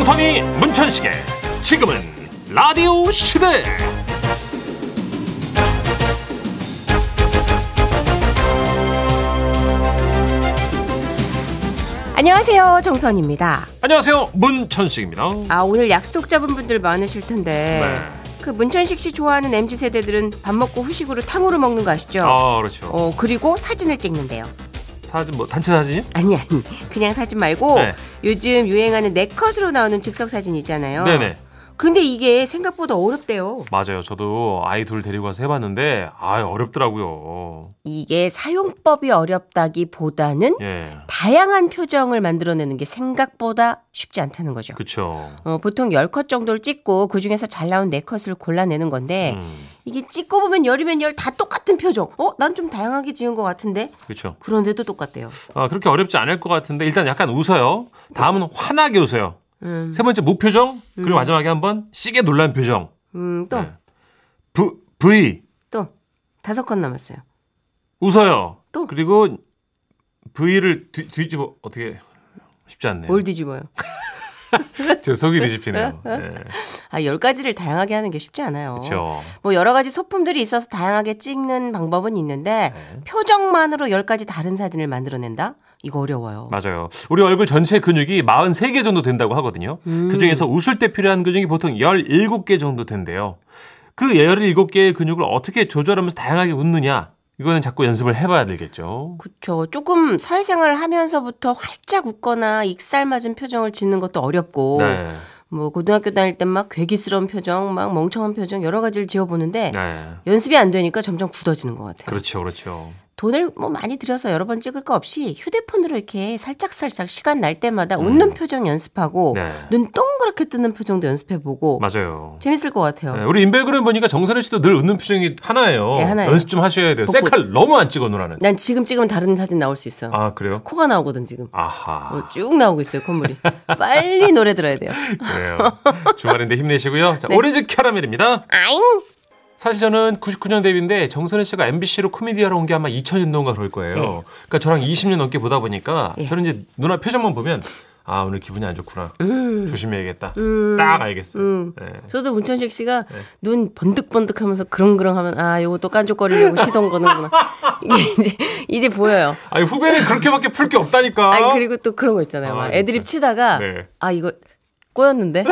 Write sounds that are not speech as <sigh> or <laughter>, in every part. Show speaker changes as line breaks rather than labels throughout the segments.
이만희 문천식의 지금은 라디오 시대
안녕하세요 정선입니다.
안녕하세요 문천식입니다
아 오늘 약속 잡은 분들 많으실 텐데
네.
그 문천식 씨 좋아하는 mz 세대들은 밥 먹고 후식으로 탕후루 먹는 거 아시죠?
아 그렇죠
어 그리고 사진을 찍는데요.
사진 뭐 단체 사진이요?
아니 아니 그냥 사진 말고
네.
요즘 유행하는 네컷으로 나오는 즉석 사진 있잖아요.
네네
근데 이게 생각보다 어렵대요.
맞아요 저도 아이 둘 데리고 가서 해봤는데 아 어렵더라고요
이게 사용법이 어렵다기보다는
예
다양한 표정을 만들어내는 게 생각보다 쉽지 않다는 거죠.
그쵸
어, 보통 10컷 정도를 찍고 그중에서 잘 나온 4컷을 골라내는 건데
음,
이게 찍고 보면 열이면 열 다 똑같은 표정. 어? 난 좀 다양하게 지은 것 같은데?
그쵸
그런데도 똑같대요.
아, 그렇게 어렵지 않을 것 같은데 일단 약간 웃어요 다음은 환하게 웃어요
음,
세 번째 무표정 그리고 마지막에 한번 시계 놀란 표정
음, 또,
네. V V
또. 다섯 컷 남았어요.
웃어요.
또?
그리고 V를 뒤, 뒤집어 어떻게 쉽지 않네요.
뭘 뒤집어요?
제 속이 뒤집히네요. 네.
아, 열 가지를 다양하게 하는 게 쉽지 않아요.
그렇죠.
뭐 여러 가지 소품들이 있어서 다양하게 찍는 방법은 있는데
네.
표정만으로 열 가지 다른 사진을 만들어낸다? 이거 어려워요.
맞아요. 우리 얼굴 전체 근육이 43개 정도 된다고 하거든요. 그중에서 웃을 때 필요한 근육이 보통 17개 정도 된대요. 그 17개의 근육을 어떻게 조절하면서 다양하게 웃느냐. 이거는 자꾸 연습을 해봐야 되겠죠.
그쵸. 조금 사회생활을 하면서부터 활짝 웃거나 익살맞은 표정을 짓는 것도 어렵고
네.
뭐 고등학교 다닐 땐 막 괴기스러운 표정, 막 멍청한 표정 여러 가지를 지어보는데
네.
연습이 안 되니까 점점 굳어지는 것 같아요.
그렇죠. 그렇죠.
돈을 뭐 많이 들여서 여러 번 찍을 거 없이 휴대폰으로 이렇게 살짝살짝 시간 날 때마다 웃는 표정 연습하고
음. 네.
눈 동그랗게 뜨는 표정도 연습해보고
맞아요.
재밌을 것 같아요.
네, 우리 인별그램 보니까 정선혜 씨도 늘 웃는 표정이 하나예요.
그렇죠. 예, 하나예요.
연습 좀 하셔야 돼요.
복구-
셀카를 너무 안 찍어 놓으라는.
난 지금 찍으면 다른 사진 나올 수 있어.
아 그래요?
코가 나오거든 지금.
아하
어, 쭉 나오고 있어요 콧물이. 빨리 노래 들어야 돼요. <laughs>
그래요. 주말인데 힘내시고요.
네.
자, 오렌지 캐러멜입니다.
아잉.
사실 저는 99년 데뷔인데 정선혜 씨가 MBC로 코미디하러 온 게 아마 2000년도인가 그럴 거예요.
네.
그러니까 저랑 20년 넘게 보다 보니까
예.
저는 이제 누나 표정만 보면 아 오늘 기분이 안 좋구나.
음.
조심해야겠다.
음.
딱 알겠어요.
음.
네.
저도 문천식 씨가 눈 번득번득하면서 그렁그렁하면 아 요것도 깐족거리려고
<laughs>
시동 거는구나 이게 이제 이제 보여요.
아니 후배는 그렇게밖에 풀 게 없다니까.
아니 그리고 또 그런 거 있잖아요.
어? 아,
막
진짜.
애드립 치다가
네.
아 이거
<laughs>
꼬였는데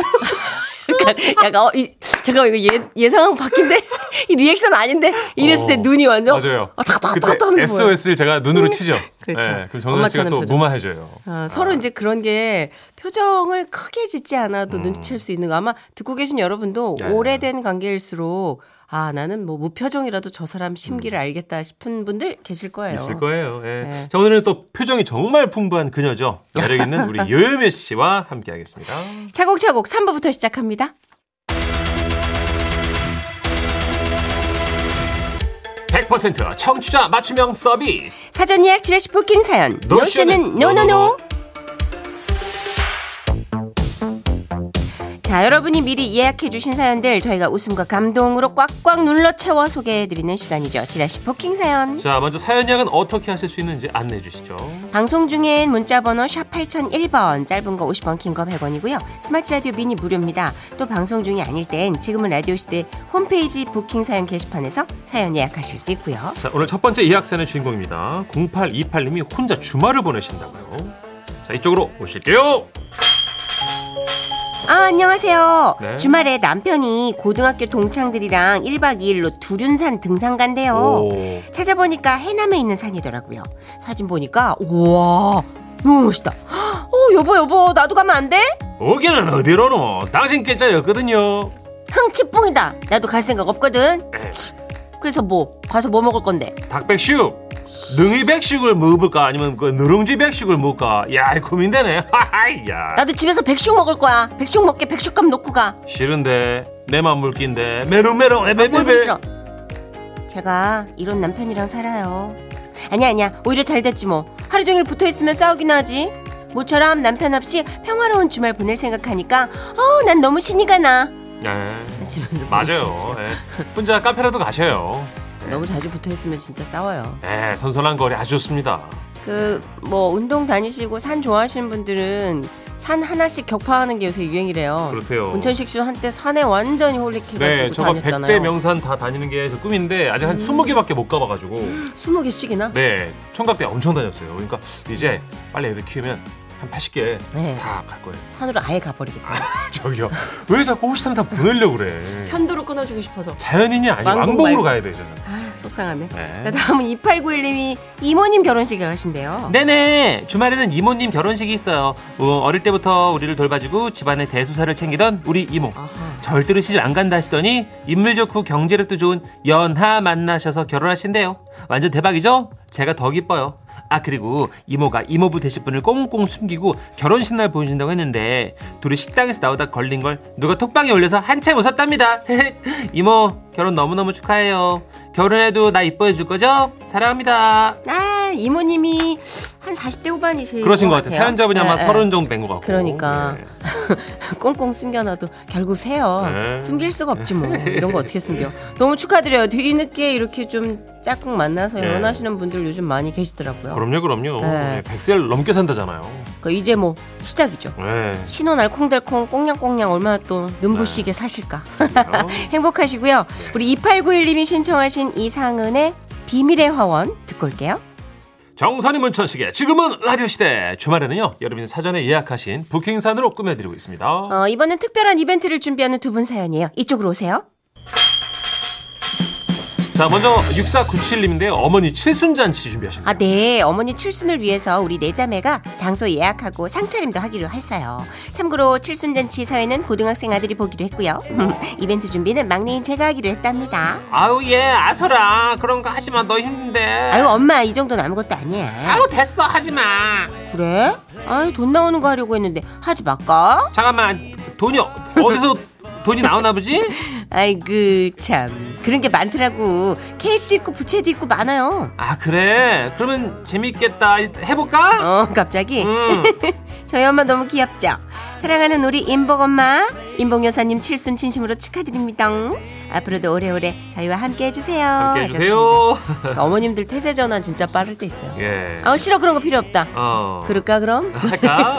약간 약간 어, 이, 잠깐만 이거 예 예상하고 바뀐데 <laughs> 이 리액션 아닌데 이랬을 때
어,
눈이 완전
맞아요.
아, 탁, 탁,
그때
탁, 탁 하는 거예요.
SOS를 제가 눈으로 치죠.
그렇죠.
예, 그럼
엄마
정선 씨가
찾는
또
표정.
무마해줘요.
아, 서로 이제 그런 게 표정을 크게 짓지 않아도 눈치챌 수 있는 거 아마 듣고 계신 여러분도
네.
오래된 관계일수록 아 나는 뭐 무표정이라도 저 사람 심기를 알겠다 싶은 분들 계실 음. 거예요.
있을 거예요. 예.
네.
자 오늘은 또 표정이 정말 풍부한
<laughs>
그녀죠. 매력 있는 우리 요요미 씨와 함께하겠습니다.
차곡차곡 3부부터 시작합니다.
100% 청취자 맞춤형 서비스.
사전 예약 지레시 부킹 사연.
노션은
노션은 노노노. 자, 여러분이 미리 예약해 주신 사연들 저희가 웃음과 감동으로 꽉꽉 눌러 채워 소개해 드리는 시간이죠. 지라시 부킹 사연.
자 먼저 사연 양은 어떻게 하실 수 있는지 안내해 주시죠.
방송 중엔 문자 번호 샵 8001번 짧은 거 50원 긴 거 100원이고요. 스마트 라디오 미니 무료입니다. 또 방송 중이 아닐 땐 지금은 라디오 시대 홈페이지 부킹 사연 게시판에서 사연 예약하실 수 있고요.
자 오늘 첫 번째 예약 사연의 주인공입니다. 0828님이 혼자 주말을 보내신다고요. 자 이쪽으로 오실게요.
아, 안녕하세요.
네.
주말에 남편이 고등학교 동창들이랑 1박 2일로 두륜산 등산 간대요.
오.
찾아보니까 해남에 있는 산이더라고요. 사진 보니까 우와 너무 멋있다. 헉, 어 여보 여보 나도 가면 안 돼?
오기는 어디로노? 당신 깨짜였거든요. 예.
흥치뽕이다. 나도 갈 생각 없거든.
에.
그래서 뭐 가서 뭐 먹을 건데?
닭백숙 능이 백숙을 먹을까 아니면 그 누룽지 백숙을 먹을까 야 이거 고민되네 하하야
나도 집에서 백숙 먹을 거야. 백숙 먹게 백숙감 놓고 가.
싫은데 내맘 물긴데 메롱메롱 에베베베
꼴보기 아, 싫어. 제가 이런 남편이랑 살아요. 아니야 아니야 오히려 잘 됐지 뭐. 하루 종일 붙어 있으면 싸우기나 하지. 모처럼 남편 없이 평화로운 주말 보낼 생각하니까 어난 너무 신이가 나.
예,
하시면서
맞아요
보내셨어요.
예. 혼자 카페라도 가셔요
너무 자주 붙어 있으면 진짜 싸워요.
예, 선선한 거리 아주 좋습니다
그 뭐 운동 다니시고 산 좋아하시는 분들은 산 하나씩 격파하는 게 요새 유행이래요.
그렇대요.
문천식 씨도 한때 산에 완전히 홀리키가
네,
네,
저가
다녔잖아요.
100대 명산 다 다니는 게 제 꿈인데 아직 한 20개밖에 못 가봐가지고
20개씩이나?
네, 청각대 엄청 다녔어요. 그러니까 이제 빨리 애들 키우면 한 80개
네.
다 갈 거예요.
산으로 아예 가버리겠다.
저기요, 왜 자꾸 호시탐 다 보내려고 그래?
편도로 끊어주고 싶어서.
자연인이 아니고
왕복
왕복으로
말고.
가야 되잖아요.
아, 속상하네. 자,
네.
다음은 2891님이 이모님 결혼식에 가신대요.
네네 주말에는 이모님 결혼식이 있어요 어, 릴 때부터 우리를 돌봐주고 집안의 대수사를 챙기던 우리 이모
아하.
절대로 시집 안 간다 하시더니 인물 좋고 경제력도 좋은 연하 만나셔서 결혼하신대요 완전 대박이죠? 제가 더 기뻐요 아 그리고 이모가 이모부 되실 분을 꽁꽁 숨기고 결혼식 날 보여준다고 했는데 둘이 식당에서 나오다 걸린 걸 누가 톡방에 올려서 한참 웃었답니다 <laughs> 이모 결혼 너무너무 축하해요 결혼해도 나 이뻐해 줄 거죠? 사랑합니다
아, 이모님이 한 40대 후반이신
그러신 것 같아요. 사연자분이 아마
네, 네.
서른 정도 된 것 같고.
그러니까.
네.
<laughs> 꽁꽁 숨겨놔도 결국 새요.
네.
숨길 수가 없지
<laughs>
뭐. 이런 거 어떻게 숨겨. 너무 축하드려요. 뒤늦게 이렇게 좀 짝꿍 만나서
네.
결혼하시는 분들 요즘 많이 계시더라고요.
그럼요, 그럼요. 네.
네.
100세를 넘게 산다잖아요.
그 이제 뭐 시작이죠.
네.
신혼 알콩달콩 꽁냥꽁냥 얼마나 또 눈부시게 사실까. <laughs> 행복하시고요. 우리 2891님이 신청하신 이상은의 비밀의 화원 듣고 올게요.
정선이 문천식의 지금은 라디오 시대. 주말에는요, 여러분이 사전에 예약하신 부킹산으로 꾸며드리고 있습니다.
어, 이번엔 특별한 이벤트를 준비하는 두 분 사연이에요. 이쪽으로 오세요.
자, 먼저 6497님인데요. 어머니 칠순잔치 준비하신다.
아, 네. 어머니 칠순을 위해서 우리 네 내자매가 장소 예약하고 상차림도 하기로 했어요. 참고로 칠순잔치 사회는 고등학생 아들이 보기로 했고요. <laughs> 이벤트 준비는 막내인 제가 하기로 했답니다.
아우, 예, 아서라. 그런 거 하지 마. 너 힘든데.
아유, 엄마, 이 정도는 아무것도 아니야.
됐어. 하지 마.
그래? 아유, 돈 나오는 거 하려고 했는데 하지 말까?
잠깐만. 돈이 어-
<laughs>
어디서 돈이 나오나 보지?
아이고, 참. 그런 게 많더라고. 케이크도 있고 부채도 있고 많아요.
아, 그래. 그러면 재밌겠다. 일단 해볼까?
어, 갑자기?
음.
저희 엄마 너무 귀엽죠? 사랑하는 우리 임복 엄마, 임복 여사님 칠순 진심으로 축하드립니다. 앞으로도 오래오래 저희와 함께 해주세요.
함께
하셨습니다.
해주세요.
그러니까 어머님들 태세 전환 진짜 빠를 때 있어요.
예.
아 싫어 그런 거 필요 없다.
어.
그럴까 그럼? <laughs>
할까?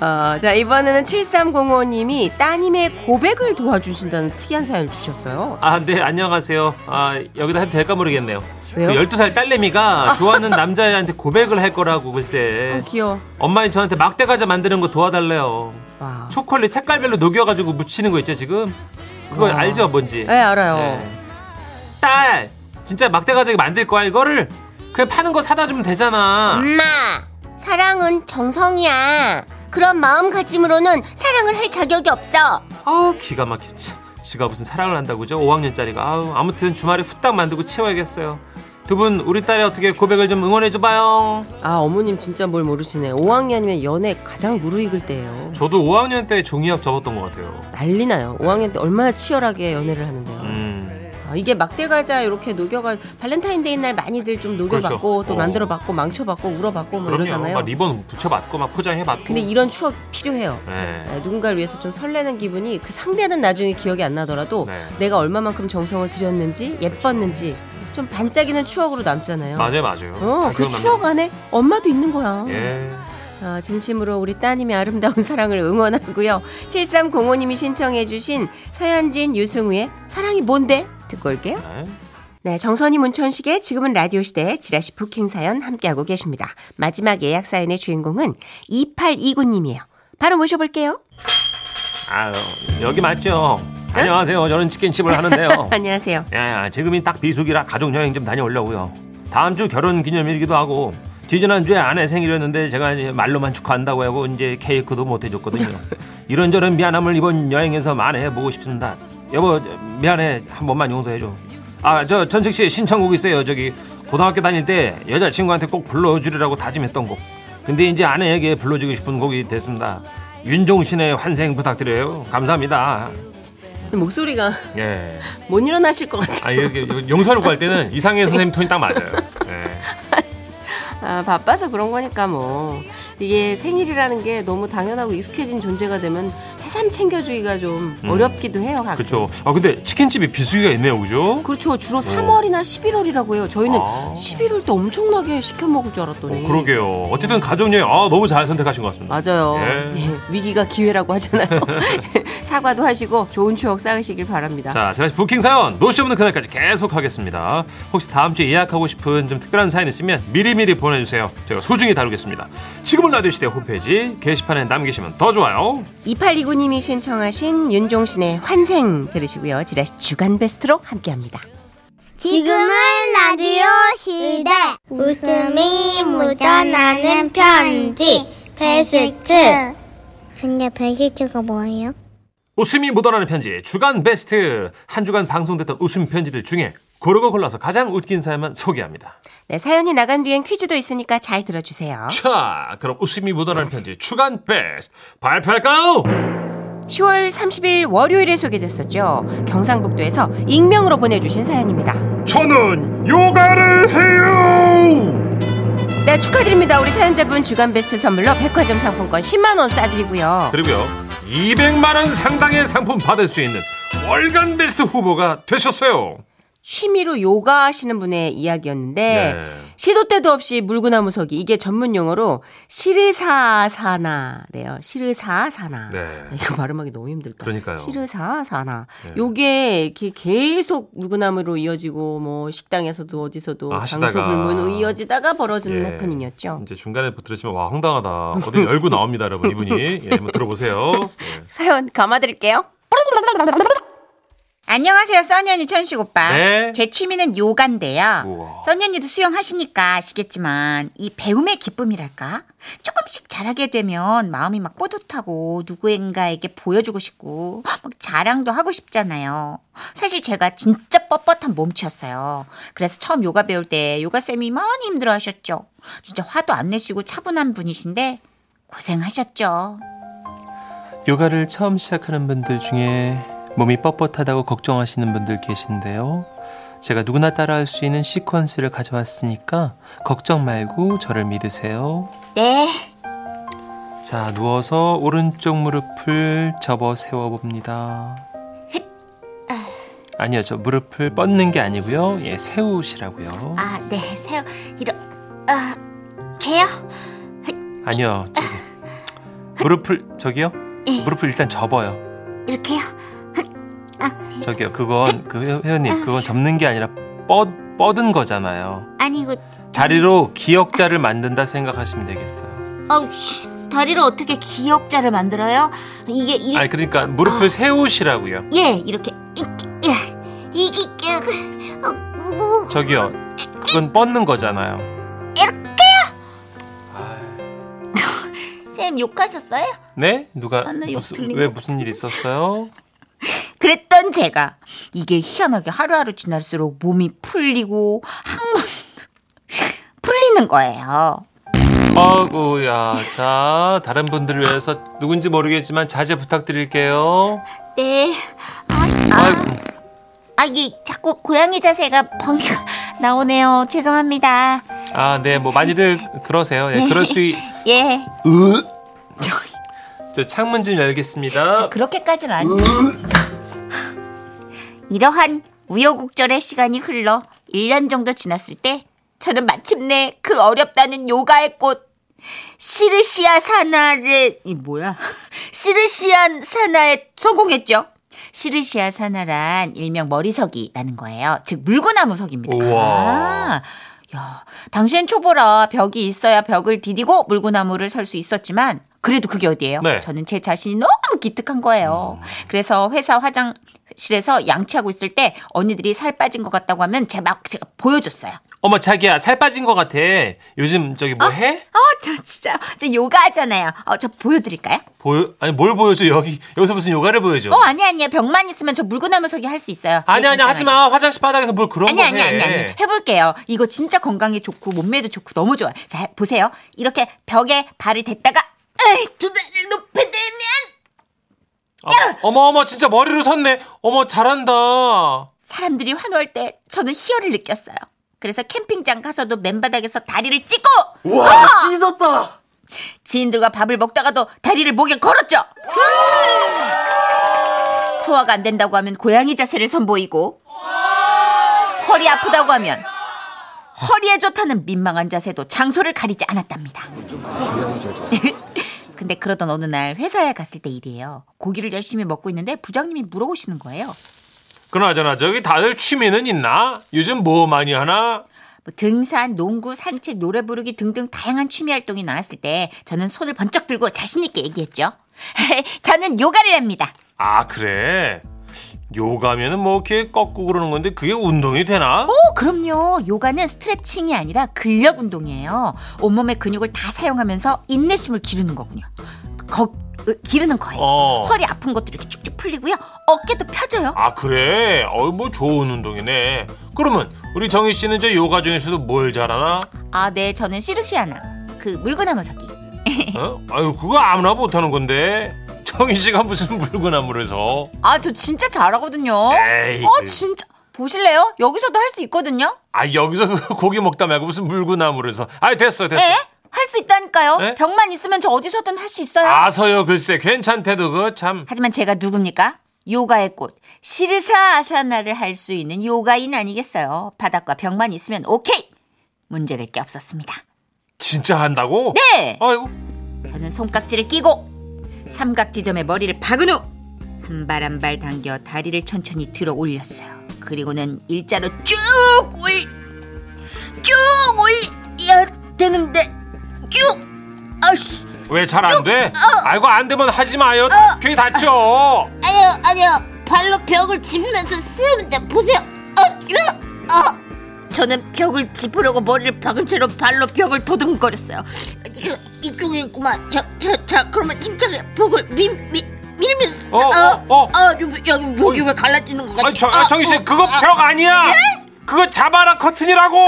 어, 자 이번에는 7305님이 따님의 고백을 도와주신다는 특이한 사연을 주셨어요.
아, 네, 안녕하세요. 아, 여기다 해도 될까 모르겠네요.
왜요?
그 12살 딸내미가 좋아하는 남자애한테 고백을 할 거라고 글쎄.
어, 귀여워.
엄마인 저한테 막대 과자 만드는 거 도와달래요.
와.
초콜릿 색깔별로 녹여가지고 묻히는 거 있죠, 지금? 그거
와.
알죠, 뭔지?
어. 네 알아요.
예. 딸! 진짜 막대 과자 만들 거야, 이거를? 그냥 파는 거 사다 주면 되잖아.
엄마 사랑은 정성이야. 그런 마음가짐으로는 사랑을 할 자격이 없어.
아우 기가 막혔지 지가 무슨 사랑을 한다고 그죠 5학년짜리가 아우 아무튼 주말에 후딱 만들고 치워야겠어요 두 분 우리 딸이 어떻게 고백을 좀 응원해줘봐요
아 어머님 진짜 뭘 모르시네. 5학년이면 연애 가장 무르익을 때예요.
저도 5학년 때 종이학 접었던 것 같아요
난리나요. 5학년 때 얼마나 치열하게 연애를 하는데요.
음
아, 이게 막대 과자 이렇게 녹여가 발렌타인데이 날 많이들 좀 녹여봤고
그렇죠.
또
어.
만들어봤고 망쳐봤고 울어봤고 뭐
그럼요
이러잖아요.
막 리본 붙여봤고 막 포장해봤고
근데 이런 추억 필요해요.
네.
네, 누군가를 위해서 좀 설레는 기분이 그 상대는 나중에 기억이 안 나더라도
네.
내가 얼마만큼 정성을 들였는지 예뻤는지 좀 반짝이는 추억으로 남잖아요.
맞아요 맞아요
어,
다
그
기억납니다.
추억 안에 엄마도 있는 거야.
예.
아, 진심으로 우리 따님의 아름다운 <laughs> 사랑을 응원하고요. 7305님이 신청해 주신 서현진, 유승우의 사랑이 뭔데? 듣고 올게요.
네.
네, 정선이 문천식의 지금은 라디오 시대 지라시 부킹 사연 함께하고 계십니다. 마지막 예약 사연의 주인공은 2829님이에요. 바로 모셔볼게요.
아유 여기 맞죠 안녕하세요 저는 치킨집을 하는데요
안녕하세요.
예, 지금이 딱 비수기라 가족 여행 좀 다녀오려고요. 다음 주 결혼 기념일이기도 하고 지지난 주에 아내 생일이었는데 제가 이제 말로만 축하한다고 하고 이제 케이크도 못 해줬거든요. 이런저런 미안함을 이번 여행에서 만회해보고 싶습니다. 여보 미안해 한 번만 용서해줘. 아 저 전식 씨 신청곡 있어요. 저기 고등학교 다닐 때 여자친구한테 꼭 불러주리라고 다짐했던 곡. 근데 이제 아내에게 불러주고 싶은 곡이 됐습니다. 윤종신의 환생 부탁드려요. 감사합니다.
목소리가
예.
못 일어나실 것 같아요.
아 이렇게 용서를 구할 때는 이상해 선생님 톤이 딱 맞아요. 예.
아, 바빠서 그런 거니까 뭐 이게 생일이라는 게 너무 당연하고 익숙해진 존재가 되면 새삼 챙겨주기가 좀
음.
어렵기도 해요. 가끔.
그렇죠. 아 근데 치킨집이 비수기가 있네요, 그죠?
그렇죠. 주로 3월이나 11월이라고 해요. 저희는
어. 아.
11월 때 엄청나게 시켜 먹을 줄 알았더니.
어, 그러게요. 어쨌든 가족여행 아 너무 잘 선택하신 것 같습니다.
맞아요.
예.
예, 위기가 기회라고 하잖아요.
<laughs>
<laughs> 사과도 하시고 좋은 추억 쌓으시길 바랍니다.
자, 지라시 부킹 사연 노시 없는 그날까지 계속 하겠습니다. 혹시 다음 주에 예약하고 싶은 좀 특별한 사연 있으면 미리미리 보내주세요. 제가 소중히 다루겠습니다. 지금은 라디오 시대 홈페이지 게시판에 남기시면 더 좋아요.
2829님이 신청하신 윤종신의 환생 들으시고요. 지라시 주간 베스트로 함께합니다.
지금은 라디오 시대. 웃음이 묻어나는 편지. 베스트. 근데 베스트가 뭐예요?
웃음이 묻어나는 편지 주간 베스트 한 주간 방송됐던 웃음 편지들 중에 고르고 골라서 가장 웃긴 사연만 소개합니다.
네, 사연이 나간 뒤엔 퀴즈도 있으니까 잘 들어주세요.
자, 그럼 웃음이 묻어나는 편지 주간 베스트 발표할까요?
10월 30일 월요일에 소개됐었죠. 경상북도에서 익명으로 보내주신 사연입니다.
저는 요가를 해요.
네, 축하드립니다. 우리 사연자분 주간 베스트 선물로 백화점 상품권 10만원 싸드리고요.
그리고요, 200만 원 상당의 상품 받을 수 있는 월간 베스트 후보가 되셨어요.
취미로 요가 하시는 분의 이야기였는데,
네.
시도 때도 없이 물구나무 서기 이게 전문 용어로 시르사사나래요. 시르사사나. 아,
네.
이거 발음하기 너무 힘들다.
그러니까요.
시르사사나.
네.
요게 이렇게 계속 물구나무로 이어지고 뭐 식당에서도 어디서도
아, 하시다가.
강소불문으로 이어지다가 벌어지는
예.
해프닝이었죠.
이제 중간에 들으시면 와 황당하다. 어디 열고 나옵니다, 여러분 이분이 예, 한번 들어보세요. 예.
사연 감아드릴게요.
안녕하세요, 써니 언니, 천식 오빠.
네.
제 취미는 요가인데요.
우와.
써니 언니도 수영하시니까 아시겠지만, 이 배움의 기쁨이랄까? 조금씩 잘하게 되면 마음이 막 뿌듯하고, 누구인가에게 보여주고 싶고, 막 자랑도 하고 싶잖아요. 사실 제가 진짜 뻣뻣한 몸치였어요. 그래서 처음 요가 배울 때 요가쌤이 많이 힘들어 하셨죠. 진짜 화도 안 내시고 차분한 분이신데, 고생하셨죠.
요가를 처음 시작하는 분들 중에 몸이 뻣뻣하다고 걱정하시는 분들 계신데요. 제가 누구나 따라할 수 있는 시퀀스를 가져왔으니까 걱정 말고 저를 믿으세요.
네.
자, 누워서 오른쪽 무릎을 접어 세워봅니다. 아니요, 저 무릎을 뻗는 게 아니고요. 예, 세우시라고요.
아, 네. 세요. 이러, 어, 개요?
아니요, 저기. 무릎을, 저기요? 무릎을 일단 접어요.
이렇게요?
저기요, 그건, 그 회- 회원님, 그건 접는 게 아니라 뻗, 뻗은 거잖아요.
아니고,
다리로 기억자를 만든다 생각하시면 되겠어요.
어우, 씨, 다리로 어떻게 기억자를 만들어요? 이게 이
아 그러니까 무릎을 세우시라고요.
예, 이렇게
이게, 이게, 어, 어, 어.
저기요. 그건 뻗는 거잖아요. 이렇게요?
쌤 욕하셨어요?
네? 누가
아, 나욕
무슨,
들린
왜
것
무슨 일 있었어요?
그랬던 제가 이게 희한하게 하루하루 지날수록 몸이 풀리고 항문 <laughs> 풀리는 거예요.
아구야. 자, 다른 분들을 위해서 누군지 모르겠지만 자제 부탁드릴게요.
네.
아이고,
아, 이게 자꾸 고양이 자세가 번개가 나오네요. 죄송합니다.
아, 네. 뭐 많이들 그러세요. 예, 그럴 수 있...
<laughs> 예.
저 창문 좀 열겠습니다.
뭐 그렇게까지는 아니에요. 이러한 우여곡절의 시간이 흘러 1년 정도 지났을 때 저는 마침내 그 어렵다는 요가의 꽃 시르시아 사나를 이 뭐야? 시르시아 사나에 성공했죠. 시르시아 사나란 일명 머리석이라는 거예요. 즉 물구나무석입니다.
우와.
아, 야, 당시엔 초보라 벽이 있어야 벽을 디디고 물구나무를 설 수 있었지만 그래도 그게 어디예요?
네.
저는 제 자신이 너무 기특한 거예요.
음.
그래서 회사 화장실에서 양치하고 있을 때 언니들이 살 빠진 것 같다고 하면 제 막 제가 보여줬어요.
어머, 자기야. 살 빠진 것 같아. 요즘 저기 뭐 해?
어, 저 진짜 저 요가 하잖아요. 어, 저 보여드릴까요?
보여 아니 뭘 보여줘 여기 여기서 무슨 요가를 보여줘
어, 아니 아니야. 병만 있으면 저 물구나무 서기 할 수 있어요. 네,
아니 아니
괜찮아요.
하지 마 화장실 바닥에서 뭘 그런
아니
거해
아니 아니 아니
네.
해볼게요. 이거 진짜 건강에 좋고 몸매도 좋고 너무 좋아요. 자 해- 보세요. 이렇게 벽에 발을 댔다가 에이, 두 배를 높이 대면
어, 머 어머 진짜 머리로 섰네 어머 잘한다
사람들이 환호할 때 저는 희열을 느꼈어요. 그래서 캠핑장 가서도 맨바닥에서 다리를 찢고 어!
와 찢었다.
지인들과 밥을 먹다가도 다리를 목에 걸었죠. 소화가 안 된다고 하면 고양이 자세를 선보이고 허리 아프다고 하면 허리에 좋다는 민망한 자세도 장소를 가리지 않았답니다. <laughs> 근데 그러던 어느 날 회사에 갔을 때 일이에요. 고기를 열심히 먹고 있는데 부장님이 물어보시는 거예요.
그나저나 저기 다들 취미는 있나? 요즘 뭐 많이 하나?
뭐 등산, 농구, 산책, 노래 부르기 등등 다양한 취미 활동이 나왔을 때 저는 손을 번쩍 들고 자신 있게 얘기했죠. <laughs> 저는 요가를 합니다.
아 그래 요가면은 뭐 이렇게 꺾고 그러는 건데 그게 운동이 되나?
어?
오, 어, 그럼요. 요가는 스트레칭이 아니라 근력 운동이에요. 온몸의 근육을 다 사용하면서 인내심을 기르는 거군요. 거, 으, 기르는 거예요.
어.
허리 아픈 것도 이렇게 쭉쭉 풀리고요. 어깨도 펴져요.
아 그래 어뭐 좋은 운동이네 그러면 우리 정희 씨는 저 요가 중에서도 뭘 잘하나?
아, 네. 저는 시르시아나. 그 물구나무 서기.
어? 아유 그거 아무나 못하는 건데 정희 씨가 무슨 물구나무를 서
아, 저 진짜 잘하거든요.
네.
에이
아, 진짜. 보실래요? 여기서도 할 수 있거든요.
아 여기서 그 고기 먹다 말고 무슨 물구나무를 서 아유 됐어
예?
됐어
에? 네? 할 수 있다니까요.
에?
병만 있으면 저 어디서든 할 수 있어요.
아서요 글쎄 괜찮대도 그참
하지만 제가 누굽니까? 요가의 꽃 시르사 아사나를 할 수 있는 요가인 아니겠어요. 바닥과 벽만 있으면 오케이. 문제될 게 없었습니다.
진짜 한다고?
네.
아이고
저는 손깍지를 끼고 삼각 지점에 머리를 박은 후 한 발 한 발 당겨 다리를 천천히 들어 올렸어요. 그리고는 일자로 쭉 올, 쭉 올려야 되는데 쭉 아씨
왜 잘 안 돼? 아이고 안 되면 하지 마요 괜히 다쳐
아니요, 아니요. 발로 벽을 짚면서 쓰는데 보세요. 어, 어, 어.
저는 벽을 짚으려고 머리를 박은 채로 발로 벽을 더듬거렸어요.
이거 이쪽에 있구만. 자, 자, 자, 그러면 팀장이 벽을 밀, 밀, 밀면.
어, 어, 어.
아, 여기, 여기 벽이 왜 갈라지는 것 같아?
아니, 저,
어,
아, 정희 씨 그거 벽 아니야 그거 자바라 커튼이라고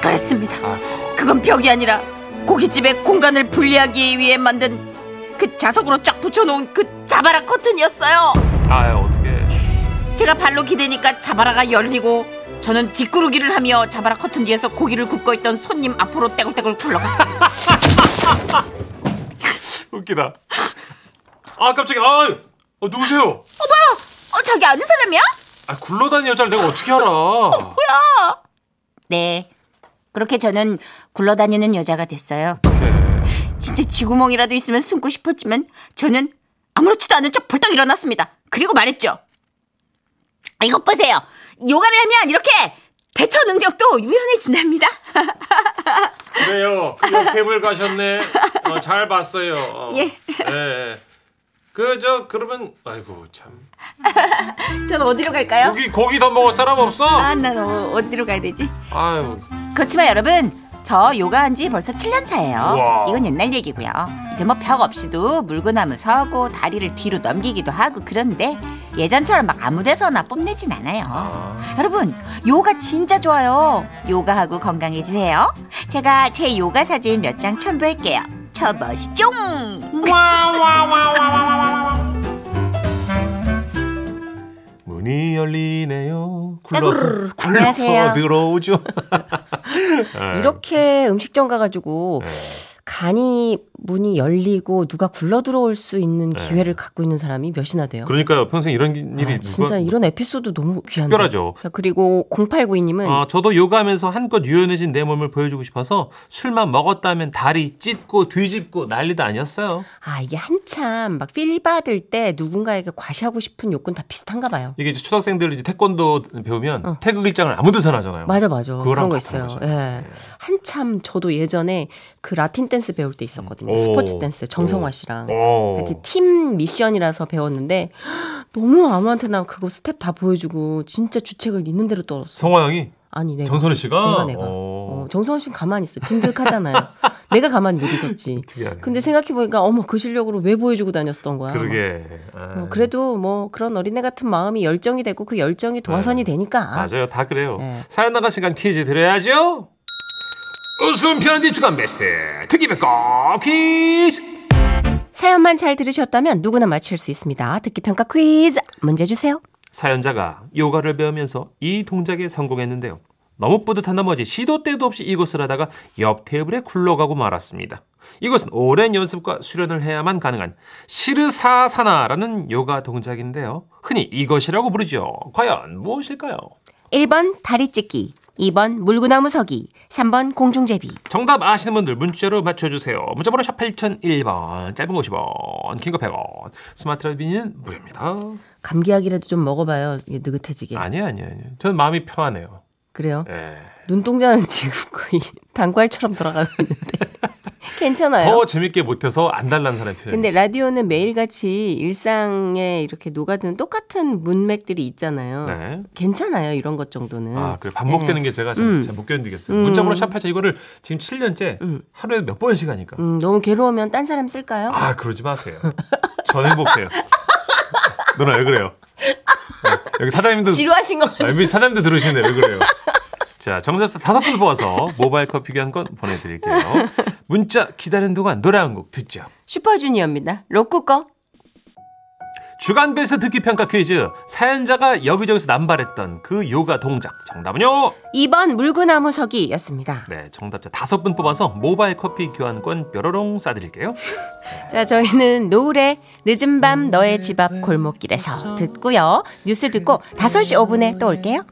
그렇습니다.
아.
그건 벽이 아니라 고깃집의 공간을 분리하기 위해 만든 그 자석으로 쫙 붙여놓은 그 자바라 커튼이었어요.
아유 어떡해
제가 발로 기대니까 자바라가 열리고 저는 뒷구르기를 하며 자바라 커튼 뒤에서 고기를 굽고 있던 손님 앞으로 떼굴떼굴 굴러갔어요.
웃기다 아 깜짝이야 아 어, 누구세요?
어, 자기 아는 사람이야?
아 굴러다니는 여자를 내가 어떻게 알아
네. 그렇게 저는 굴러다니는 여자가 됐어요.
어떡해.
진짜 쥐구멍이라도 있으면 숨고 싶었지만 저는 아무렇지도 않은 척 벌떡 일어났습니다. 그리고 말했죠. 이것 보세요. 요가를 하면 이렇게 대처 능력도 유연해진답니다.
그래요. 탭을 가셨네. 어, 잘 봤어요. 어.
예.
예. 그저 그러면 아이고 참.
전 어디로 갈까요?
고기 고기 더 먹을 사람 없어?
아, 난 어, 어디로 가야 되지?
아유.
그렇지만 여러분 저 요가한 지 벌써 7년 차예요.
우와.
이건 옛날 얘기고요. 이제 뭐 벽 없이도 물구나무 서고 다리를 뒤로 넘기기도 하고 그런데 예전처럼 막 아무데서나 뽐내진 않아요. 여러분 요가 진짜 좋아요. 요가하고 건강해지세요. 제가 제 요가 사진 몇 장 첨부할게요. 저 멋있죠?
문이 열리네요.
따그르르.
굴러서
안녕하세요.
굴러서 들어오죠. 예.
이렇게 음식점 가가지고
예.
간이 문이 열리고 누가 굴러 들어올 수 있는
네.
기회를 갖고 있는 사람이 몇이나 돼요?
그러니까요. 평생 이런 일이
아,
누가-
진짜 이런 에피소드 너무 귀한데.
특별하죠.
자, 그리고 0892님은
아, 저도 요가하면서 한껏 유연해진 내 몸을 보여주고 싶어서 술만 먹었다면 다리 찢고 뒤집고 난리도 아니었어요.
아 이게 한참 막 필 받을 때 누군가에게 과시하고 싶은 욕구는 다 비슷한가 봐요.
이게 이제 초등학생들 이제 태권도 배우면
어.
태극 일장을 아무데서나 하잖아요.
맞아 맞아
그거랑
그런 거 있어요.
같은 거죠.
예. 한참 저도 예전에 그 라틴 댄스 배울 때 있었거든요.
오.
스포츠 댄스
오.
정성화 씨랑
오.
같이 팀 미션이라서 배웠는데 너무 아무한테나 그거 스텝 다 보여주고 진짜 주책을 있는 대로 떨었어.
성화 형이
아니 내가
정선우 씨가
내가 내가 어, 정성화 씨는 가만히 있어
<laughs>
진득하잖아요. 내가 가만히 못 있었지.
특이하네.
근데 생각해 보니까 어머 그 실력으로 왜 보여주고 다녔던 거야?
그러게. 아.
어, 그래도 뭐 그런 어린애 같은 마음이 열정이 되고 그 열정이 도화선이 되니까
네. 맞아요. 다 그래요.
네.
사연 나간 시간 퀴즈 드려야죠. 웃음 편지 주간 베스트 특이백과 퀴즈.
사연만 잘 들으셨다면 누구나 맞힐 수 있습니다. 듣기 평가 퀴즈 문제 주세요.
사연자가 요가를 배우면서 이 동작에 성공했는데요. 너무 뿌듯한 나머지 시도 때도 없이 이것을 하다가 옆 테이블에 굴러가고 말았습니다. 이것은 오랜 연습과 수련을 해야만 가능한 시르사사나라는 요가 동작인데요. 흔히 이것이라고 부르죠. 과연 무엇일까요?
1번 다리 찢기, 2번 물구나무 서기, 3번 공중제비.
정답 아시는 분들 문자로 맞춰주세요. 문자번호 샵 8001번, 짧은 거 50원, 긴 거 100원, 스마트 라디오는 무료입니다.
감기약이라도 좀 먹어봐요. 이게 느긋해지게.
아니요, 아니요, 아니요. 저는 마음이 평안해요.
그래요?
예.
눈동자는 지금 거의 <laughs> 단괄처럼 돌아가고 있는데. <laughs> 괜찮아요.
더 재밌게 못해서 안 달라는 사람이 필요해요.
근데 라디오는 매일같이 일상에 이렇게 녹아드는 똑같은 문맥들이 있잖아요.
네.
괜찮아요. 이런 것 정도는.
아, 그 반복되는 게 제가
음.
잘 못 견디겠어요.
음.
문자번호 샵 8000, 이거를 지금 7년째
음.
하루에 몇 번씩 하니까.
음, 너무 괴로우면 딴 사람 쓸까요?
그 아, 그러지 마세요. 전 행복해요. <laughs> 누나 왜 그래요? 네, 여기 사장님도
지루하신 것 같아요.
MBC 사장님도 들으시는데 왜 그래요? 자, 정답자 다섯 분 뽑아서 모바일 커피 교환권 보내드릴게요. 문자 기다리는 동안 노래 한 곡 듣죠.
슈퍼주니어입니다. 로쿠 거.
주간 베스트 듣기 평가 퀴즈. 사연자가 여기저기서 남발했던 그 요가 동작. 정답은요?
2번 물구나무 서기였습니다.
네, 정답자 다섯 분 뽑아서 모바일 커피 교환권 뾰로롱 싸드릴게요.
자, 저희는 노을의 늦은 밤 너의 집 앞 골목길에서 듣고요.
뉴스 듣고 5시 5분에 또 올게요.